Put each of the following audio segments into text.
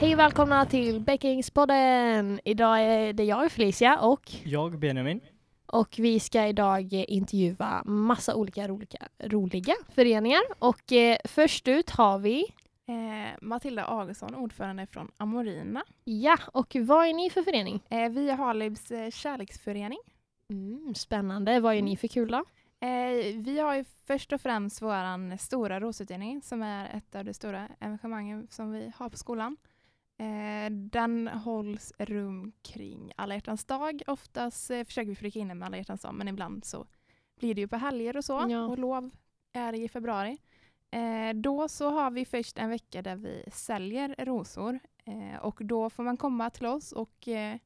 Hej och välkomna till Bäckingspodden! Idag är det jag, Felicia, och, Jag, Benjamin. och vi ska idag eh, intervjua massa olika roliga, roliga föreningar. Och eh, först ut har vi, Eh, Matilda Augustsson, ordförande från Amorina. ja, och vad är ni för förening? Eh, vi är Halibs eh, kärleksförening. Mm, spännande, vad är ni för kul då? Eh, vi har ju först och främst vår stora rosutdelning som är ett av de stora evenemangen som vi har på skolan. Eh, den hålls rum kring alla hjärtans dag. Oftast eh, försöker vi flika in den med alla hjärtans dag men ibland så blir det ju på helger och så Ja. och lov är i februari. Eh, då så har vi först en vecka där vi säljer rosor eh, och då får man komma till oss och eh,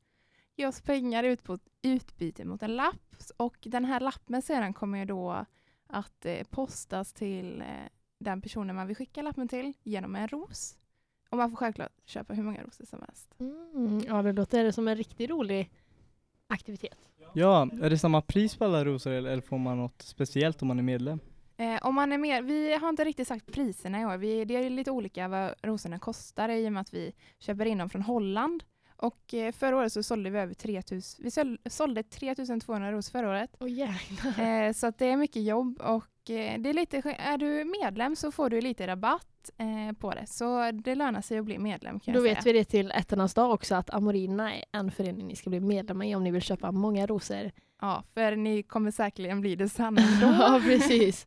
ge oss pengar ut på utbyte mot en lapp och den här lappen sedan kommer ju då att eh, postas till eh, den personen man vill skicka lappen till genom en ros. Och man får självklart köpa hur många rosor som helst. Mm, ja, det låter som en riktigt rolig aktivitet. Ja, är det samma pris på alla rosor eller eller får man något speciellt om man är medlem? Eh, om man är mer, vi har inte riktigt sagt priserna i år. Vi, det är lite olika vad rosorna kostar i och med att vi köper in dem från Holland. Och eh, förra året så sålde vi över 3000, vi sål- sålde 3200 rosor förra året. Åh jäklar. Eh, så att det är mycket jobb och eh, det är, lite, sk- är du medlem så får du lite rabatt eh, på det. Så det lönar sig att bli medlem kan Då jag vet säga. vi det till ettornas dag också att Amorina är en förening ni ska bli medlemmar i om ni vill köpa många rosor Ja, för ni kommer säkerligen bli det sen ändå. Ja, precis.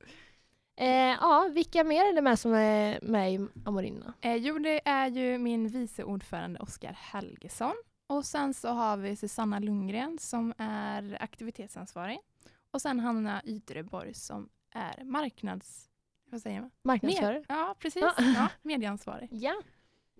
Eh, ja, vilka mer är det med som är med i Amorina? eh, jo, det är ju min vice ordförande Oskar Helgesson. Och sen så har vi Susanna Lundgren som är aktivitetsansvarig. Och sen Hanna Ytreborg som är marknads... Vad säger man? Marknadsförare? Ja, precis. Ja. Ja, medieansvarig. Ja.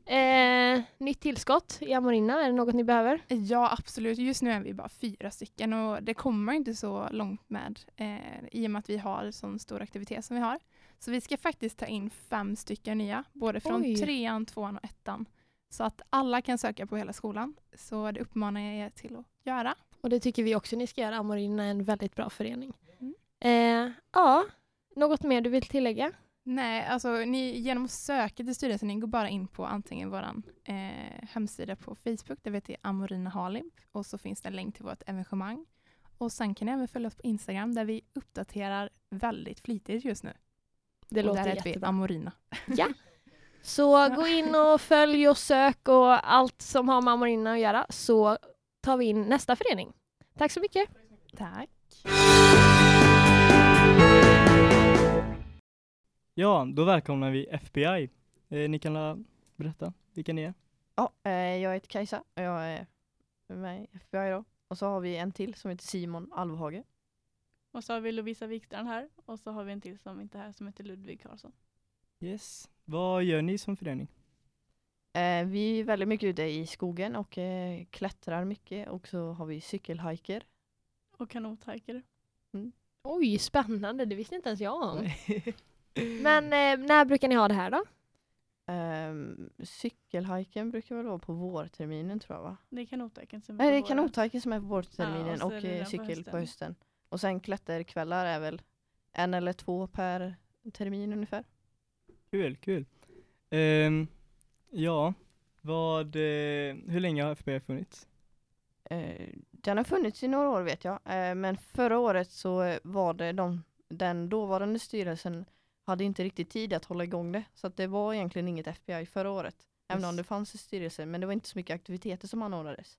Eh, nytt tillskott i Amorina, är det något ni behöver? Ja, absolut. Just nu är vi bara fyra stycken och det kommer inte så långt med eh, i och med att vi har sån stor aktivitet som vi har. Så vi ska faktiskt ta in fem stycken nya, både från Oj. trean, tvåan och ettan. Så att alla kan söka på hela skolan. Så det uppmanar jag er till att göra. Och det tycker vi också ni ska göra. Amorina är en väldigt bra förening. Mm. Eh, ja, något mer du vill tillägga? Nej, alltså ni, genom att söka till styrelsen, ni går bara in på antingen vår eh, hemsida på Facebook, där vi heter Amorina Halib, och så finns det en länk till vårt evenemang. Och sen kan ni även följa oss på Instagram, där vi uppdaterar väldigt flitigt just nu. Det och låter där heter vi jättebra. Amorina. Så gå in och följ och sök och allt som har med Amorina att göra så tar vi in nästa förening. Tack så mycket. Tack. Ja, då välkomnar vi FBI. Eh, ni kan la- berätta vilka ni är. Ja, eh, jag heter Kajsa och jag är med i FBI då. Och så har vi en till som heter Simon Alvhage. Och så har vi Lovisa Wikstrand här och så har vi en till som inte är här som heter Ludvig Karlsson. Yes. Vad gör ni som förening? Eh, vi är väldigt mycket ute i skogen och eh, klättrar mycket och så har vi cykelhiker. Och kanothajkare. Oj, spännande. Det visste inte ens jag om. Men eh, när brukar ni ha det här då? Ehm, cykelhiken brukar väl vara på vårterminen tror jag va? Det är kanothajkaren som Nej, det är på våren. kanothiken som är på vårterminen Ja, och, och så är det eh, den på cykel på hösten. hösten. Och sen klätterkvällar är väl en eller två per termin ungefär. Kul, kul. Ehm, ja, vad, eh, hur länge har FBI funnits? Eh, den har funnits i några år vet jag, eh, men förra året så eh, var det de, den dåvarande styrelsen hade inte riktigt tid att hålla igång det, så att det var egentligen inget FBI förra året. Även om Yes. det fanns i styrelsen, men det var inte så mycket aktiviteter som anordnades.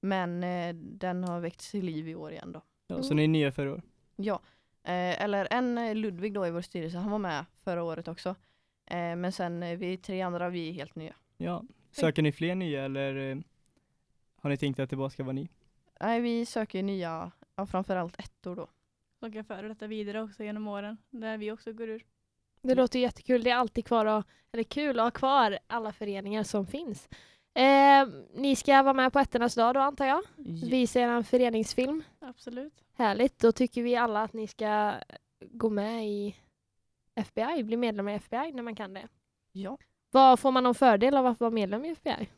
Men eh, den har väckts till liv i år igen då. Ja, så ni är nya förra året? Ja, eh, eller en eh, Ludvig då i vår styrelse, han var med förra året också. Eh, men sen eh, vi tre andra, vi är helt nya. Ja. Söker ni fler nya eller eh, har ni tänkt att det bara ska vara ni? Nej, vi söker nya, ja, framförallt ettor då. Som kan föra detta vidare också genom åren. Där vi också går ur. Det låter jättekul. Det är alltid kvar att, eller kul att ha kvar alla föreningar som finns. Eh, ni ska vara med på ettornas dag då antar jag. Visa er en föreningsfilm. Absolut. Härligt. Då tycker vi alla att ni ska gå med i FBI, bli medlemmar i FBI när man kan det. Ja. Vad Får man någon fördel av att vara medlem i FBI?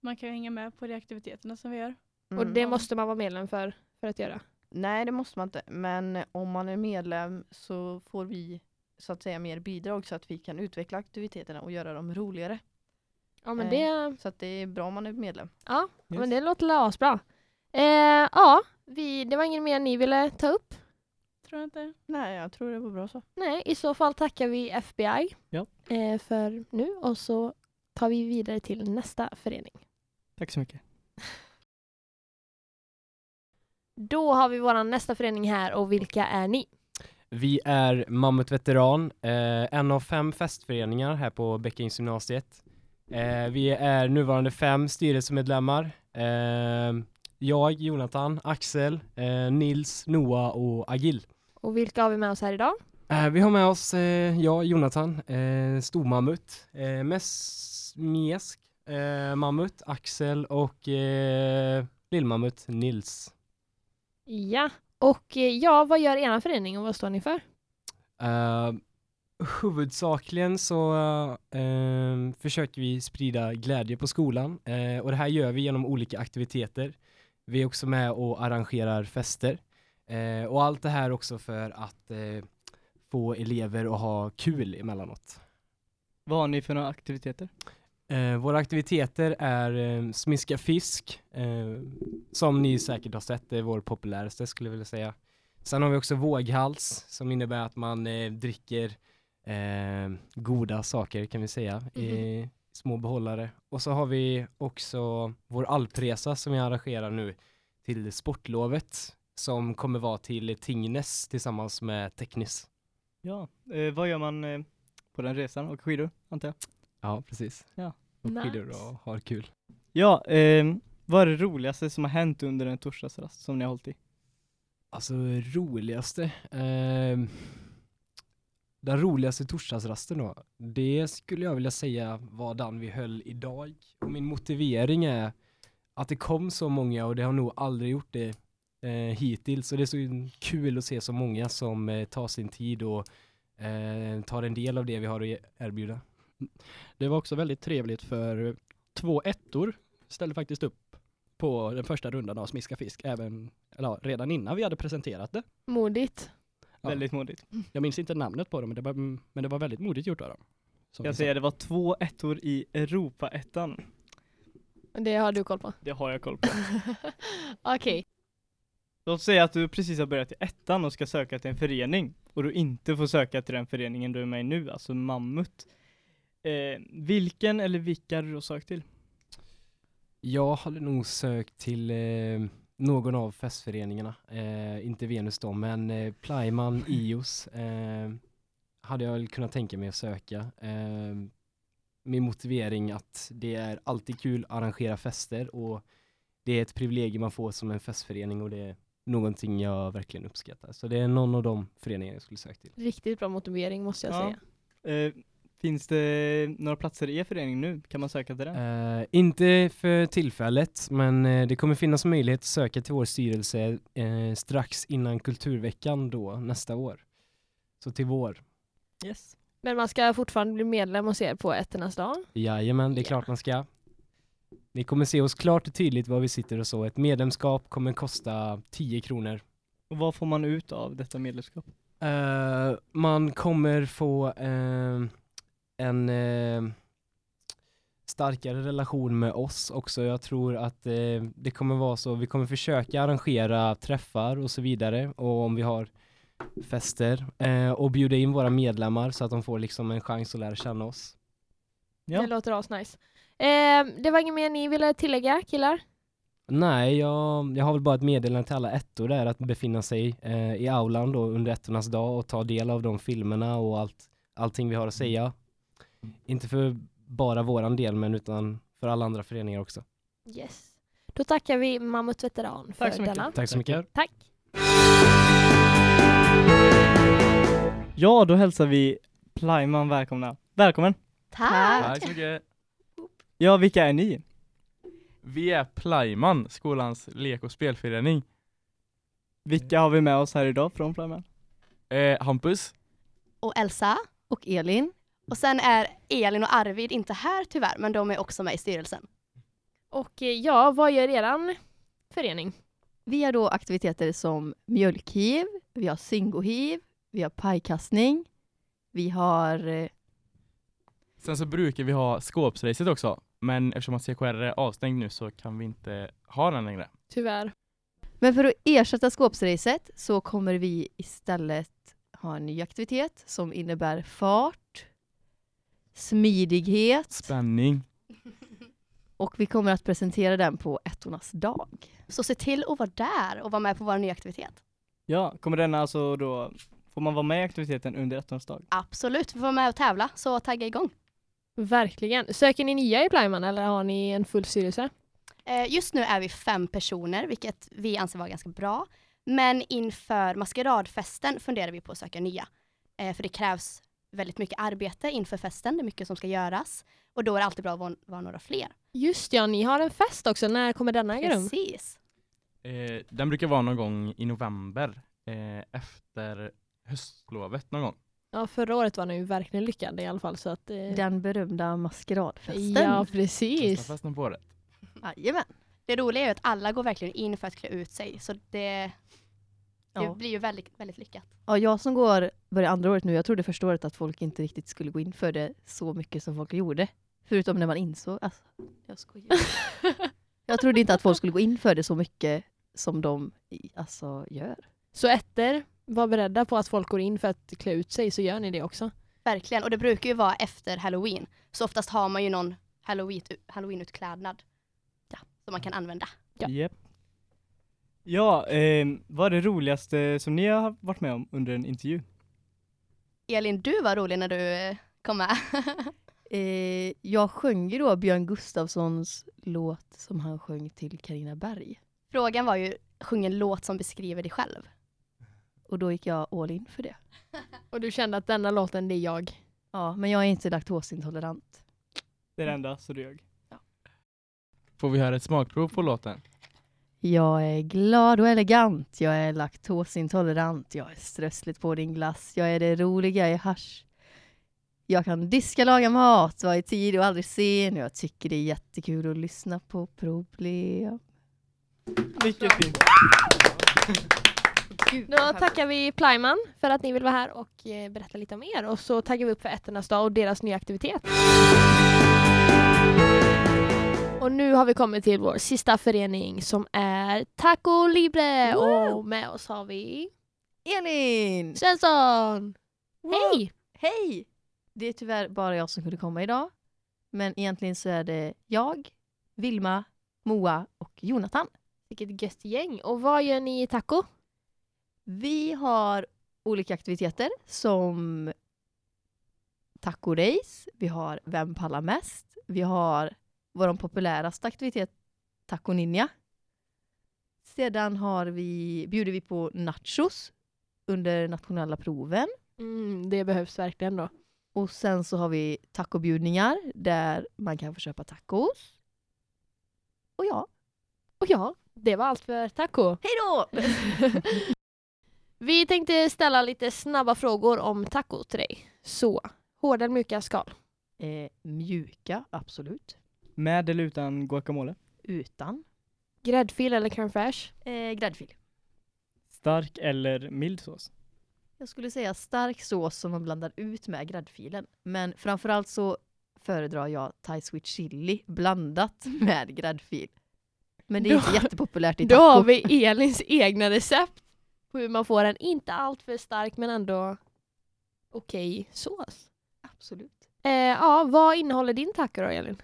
Man kan ju hänga med på de aktiviteterna som vi gör. Och Mm. det måste man vara medlem för, för att göra. Nej, det måste man inte. Men om man är medlem så får vi så att säga mer bidrag så att vi kan utveckla aktiviteterna och göra dem roligare. Ja men Eh, det, Så att det är bra om man är medlem. ja, men det låter la asbra. Eh, ja, vi, det var ingen mer ni ville ta upp? Tror jag inte. Nej, jag tror det var bra så. Nej, i så fall tackar vi FBI Ja. eh, för nu och så tar vi vidare till nästa förening. Tack så mycket. Då har vi vår nästa förening här och vilka är ni? Vi är Mammut Veteran, eh, en av fem festföreningar här på Bäckings gymnasiet. Eh, vi är nuvarande fem styrelsemedlemmar. Eh, jag, Jonathan, Axel, eh, Nils, Noah och Agil. Och vilka har vi med oss här idag? Eh, vi har med oss eh, jag, Jonathan, eh, Stormammut, eh, mes, Miesk, eh, Mammut, Axel och eh, Lillmammut, Nils. Ja, och eh, ja, vad gör er förening och vad står ni för? Eh, huvudsakligen så eh, försöker vi sprida glädje på skolan eh, och det här gör vi genom olika aktiviteter. Vi är också med och arrangerar fester eh, och allt det här också för att eh, få elever att ha kul emellanåt. Vad har ni för några aktiviteter? Eh, våra aktiviteter är eh, smiska fisk, eh, som ni säkert har sett, det är vår populäraste skulle jag vilja säga. Sen har vi också våghals, som innebär att man eh, dricker eh, goda saker kan vi säga, i små behållare. Och så har vi också vår alpresa som vi arrangerar nu till sportlovet, som kommer vara till Tingnes tillsammans med Teknis. Ja, eh, vad gör man eh, på den resan? Åker skidor, antar jag? Ja, precis. Ja. Och skidor Nice. och har kul. Ja, ehm, vad är det roligaste som har hänt under en torsdagsrast som ni har hållit i? Alltså roligaste? Ehm, den roligaste torsdagsrasten då? Det skulle jag vilja säga var den vi höll idag. Och min motivering är att det kom så många och det har nog aldrig gjort det eh, hittills. Så det är så kul att se så många som eh, tar sin tid och eh, tar en del av det vi har att ge- erbjuda. Det var också väldigt trevligt för två ettor ställde faktiskt upp på den första rundan av Smiska Fisk, även, eller ja, redan innan vi hade presenterat det. Modigt. Ja. Väldigt modigt. Jag minns inte namnet på dem, men det var, mm, men det var väldigt modigt gjort av dem. Som Jag vi sa. säger det var två ettor i Europa-ettan. Det har du koll på. Det har jag koll på. Okej. Låt säga att du precis har börjat i ettan och ska söka till en förening och du inte får söka till den föreningen du är med i nu, alltså Mammut. Eh, vilken eller vilka hade du då sökt till? Jag hade nog sökt till eh, någon av festföreningarna, eh, inte Venus då, men eh, Plyman, IOS eh, hade jag väl kunnat tänka mig att söka. Eh, min motivering att det är alltid kul att arrangera fester och det är ett privilegium man får som en festförening och det är någonting jag verkligen uppskattar. Så det är någon av de föreningar jag skulle söka till. Riktigt bra motivering måste jag Ja. säga. Eh, finns det några platser i er förening nu? Kan man söka till den? Eh, inte för tillfället, men eh, det kommer finnas möjlighet att söka till vår styrelse eh, strax innan kulturveckan då nästa år. Så till vår. Yes. Men man ska fortfarande bli medlem hos er på ettornas dag. Jajamän, det är Ja. klart man ska. Ni kommer se oss klart och tydligt var vi sitter och så. Ett medlemskap kommer kosta 10 kronor. Och vad får man ut av detta medlemskap? Eh, man kommer få eh, en eh, starkare relation med oss också. Jag tror att eh, det kommer vara så. Vi kommer försöka arrangera träffar och så vidare och om vi har fester eh, och bjuda in våra medlemmar så att de får liksom en chans att lära känna oss. Ja. Det låter asnice. Eh, det var inget mer ni ville tillägga killar? Nej, jag, jag har väl bara ett meddelande till alla ettor där att befinna sig eh, i aulan då under ettornas dag och ta del av de filmerna och allt, allting vi har att säga. Inte för bara våran del, men utan för alla andra föreningar också. Yes. Då tackar vi Mammut Veteran för Tack så mycket. denna. Tack så mycket. Tack. Ja, då hälsar vi Plyman välkomna. Välkommen! Tack. Tack så mycket. Ja, vilka är ni? Vi är Plyman, skolans lek och spelförening. Vilka har vi med oss här idag från Plyman? Eh, Hampus, och Elsa och Elin. Och sen är Elin och Arvid inte här tyvärr, men de är också med i styrelsen. Och eh, ja, vad gör eran förening? Vi har då aktiviteter som mjölkhiv, vi har singohiv, vi har pajkastning, vi har... eh, sen så brukar vi ha skåpsracet också. Men eftersom att CKR är avstängd nu så kan vi inte ha den längre. Tyvärr. Men för att ersätta skåpsracet så kommer vi istället ha en ny aktivitet som innebär fart, smidighet Spänning. och vi kommer att presentera den på ettornas dag. Så se till att vara där och vara med på vår nya aktivitet. Ja, kommer den alltså då, får man vara med i aktiviteten under ettans dag? Absolut, vi får vara med och tävla, så tagga igång. Verkligen. Söker ni nya i Plyman eller har ni en full styrelse? Eh, Just nu är vi fem personer, vilket vi anser vara ganska bra. Men inför maskeradfesten funderar vi på att söka nya. Eh, För det krävs väldigt mycket arbete inför festen, det är mycket som ska göras. Och då är det alltid bra att vara- vara några fler. Just ja, ni har en fest också. När kommer denna äga rum? Precis. Eh, den brukar vara någon gång i november eh, efter höstlovet någon gång. Ja, förra året var den ju verkligen lyckad i alla fall. Så att, eh, Den berömda maskeradfesten. ja, Sista precis. festen på året. Jajamän. Det roliga är ju att alla går verkligen in för att klä ut sig, så det, det Ja. blir ju väldigt, väldigt lyckat. Ja, jag som går, börjar andra året nu, jag trodde första året att folk inte riktigt skulle gå in för det så mycket som folk gjorde. Förutom när man insåg, alltså, jag skojar. jag trodde inte att folk skulle gå in för det så mycket som de i- alltså, gör. Så efter, var beredda på att folk går in för att klä ut sig så gör ni det också. Verkligen, och det brukar ju vara efter halloween. Så oftast har man ju någon halloween, halloweenutklädnad som man kan använda. Ja. Japp. Ja, ehm, vad är det roligaste som ni har varit med om under en intervju? Elin, du var rolig när du eh, kom med. Eh, jag sjöng ju då Björn Gustafssons låt som han sjöng till Karina Berg. Frågan var ju, sjung en låt som beskriver dig själv. Och då gick jag all in för det. Och du kände att denna låten, det är jag. Ja, men jag är inte laktosintolerant. Det är Mm. det enda, så du ljög. Får vi höra ett smakprov på låten? Jag är glad och elegant, jag är laktosintolerant, jag är strössligt på din glass, jag är det roliga i hasch. Jag kan diska, laga mat, vara i tid och aldrig sen. Jag tycker det är jättekul att lyssna på problem. Mycket fint. Då tackar vi Plyman för att ni vill vara här och eh, berätta lite om er. Och så taggar vi upp för ettornas dag och deras nya aktivitet. Och nu har vi kommit till vår sista förening som är Taco Libre. Och med oss har vi Elin! Svensson! Hej! Hej! Det är tyvärr bara jag som kunde komma idag. Men egentligen så är det jag, Vilma, Moa och Jonathan. Vilket gött gäng. Och vad gör ni i Taco? Vi har olika aktiviteter som taco-race, vi har Vem pallar mest, vi har vår populäraste aktivitet Taco Ninja. Sedan har vi, bjuder vi på nachos under nationella proven. Mm, det behövs verkligen då. Och sen så har vi tacobjudningar där man kan få köpa tacos. Och ja, Och ja, det var allt för Taco. hej då! Vi tänkte ställa lite snabba frågor om taco till dig. Så, hårda eller mjuka skal? Eh, mjuka, absolut. Med eller utan guacamole? Utan. Gräddfil eller crème fraîche? Eh, gräddfil. Stark eller mild sås? Jag skulle säga stark sås som man blandar ut med gräddfilen. Men framförallt så föredrar jag Thai sweet chili blandat med gräddfil. Men det är Då- inte jättepopulärt i Då har taco. vi Elins egna recept på hur man får en inte alltför stark men ändå okej sås. Absolut. Eh, ja, vad innehåller din taco då Elin?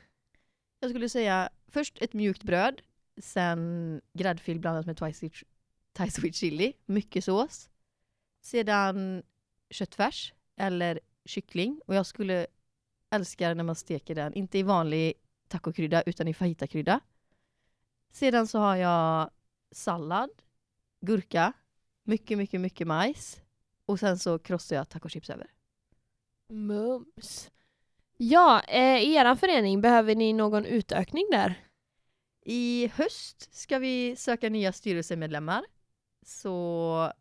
Jag skulle säga först ett mjukt bröd, sen gräddfil blandat med Thai sweet, thai sweet chili, mycket sås. Sedan köttfärs eller kyckling. Och jag skulle älska när man steker den, inte i vanlig tacokrydda utan i fajitakrydda. Sedan så har jag sallad, gurka, mycket, mycket, mycket majs. Och sen så krossar jag tacochips över. Mums. Ja, eh, i er förening, behöver ni någon utökning där? I höst ska vi söka nya styrelsemedlemmar. Så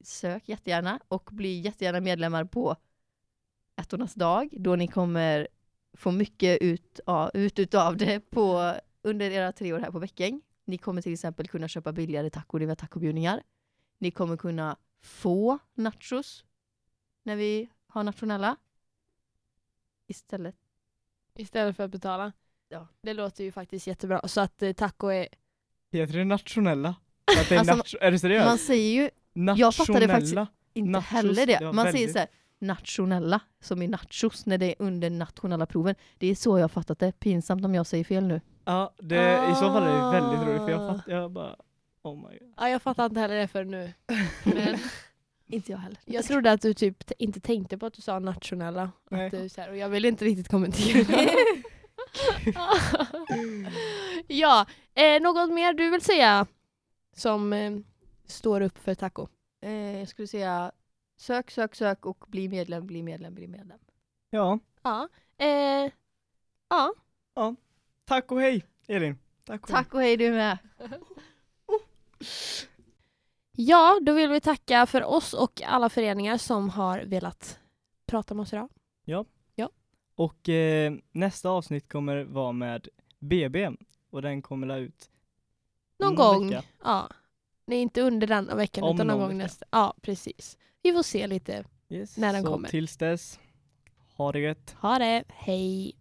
sök jättegärna och bli jättegärna medlemmar på ettornas dag då ni kommer få mycket ut av, ut utav det på, under era tre år här på Bäckäng. Ni kommer till exempel kunna köpa billigare taco, det var tacobjudningar. Ni kommer kunna få nachos när vi har nationella. Istället Istället för att betala. Ja. Det låter ju faktiskt jättebra. Så att eh, taco är... Heter det nationella? För att det är, Alltså, nat- är det seriöst? Man säger ju nationella. jag fattade faktiskt inte Nachos, heller det. ja, Man säger väldigt. så här, nationella, som i nachos, när det är under nationella proven. Det är så jag har fattat det. Pinsamt om jag säger fel nu. Ja, det, i så fall är det väldigt roligt för Ah. jag fattar, jag bara oh my god. Ja, jag fattar inte heller det för nu. Men Inte jag heller. jag trodde att du typ t- inte tänkte på att du sa nationella. Nej. Att du, så här, och jag ville inte riktigt kommentera. ja, eh, något mer du vill säga som eh, står upp för taco? Eh, jag skulle säga sök, sök, sök och bli medlem, bli medlem, bli medlem. Ja, Ja. Eh, ja. tack och hej Elin. Tack och hej. Tack och hej du med. ja, då vill vi tacka för oss och alla föreningar som har velat prata med oss idag. Och eh, nästa avsnitt kommer vara med BB och den kommer la ut Någon Någon gång. vecka. Ja. Nej, inte under denna veckan Om utan någon, någon gång vecka. nästa. Ja, precis. Vi får se lite. yes. När den så kommer. tills dess, ha det gött. Ha det. Hej.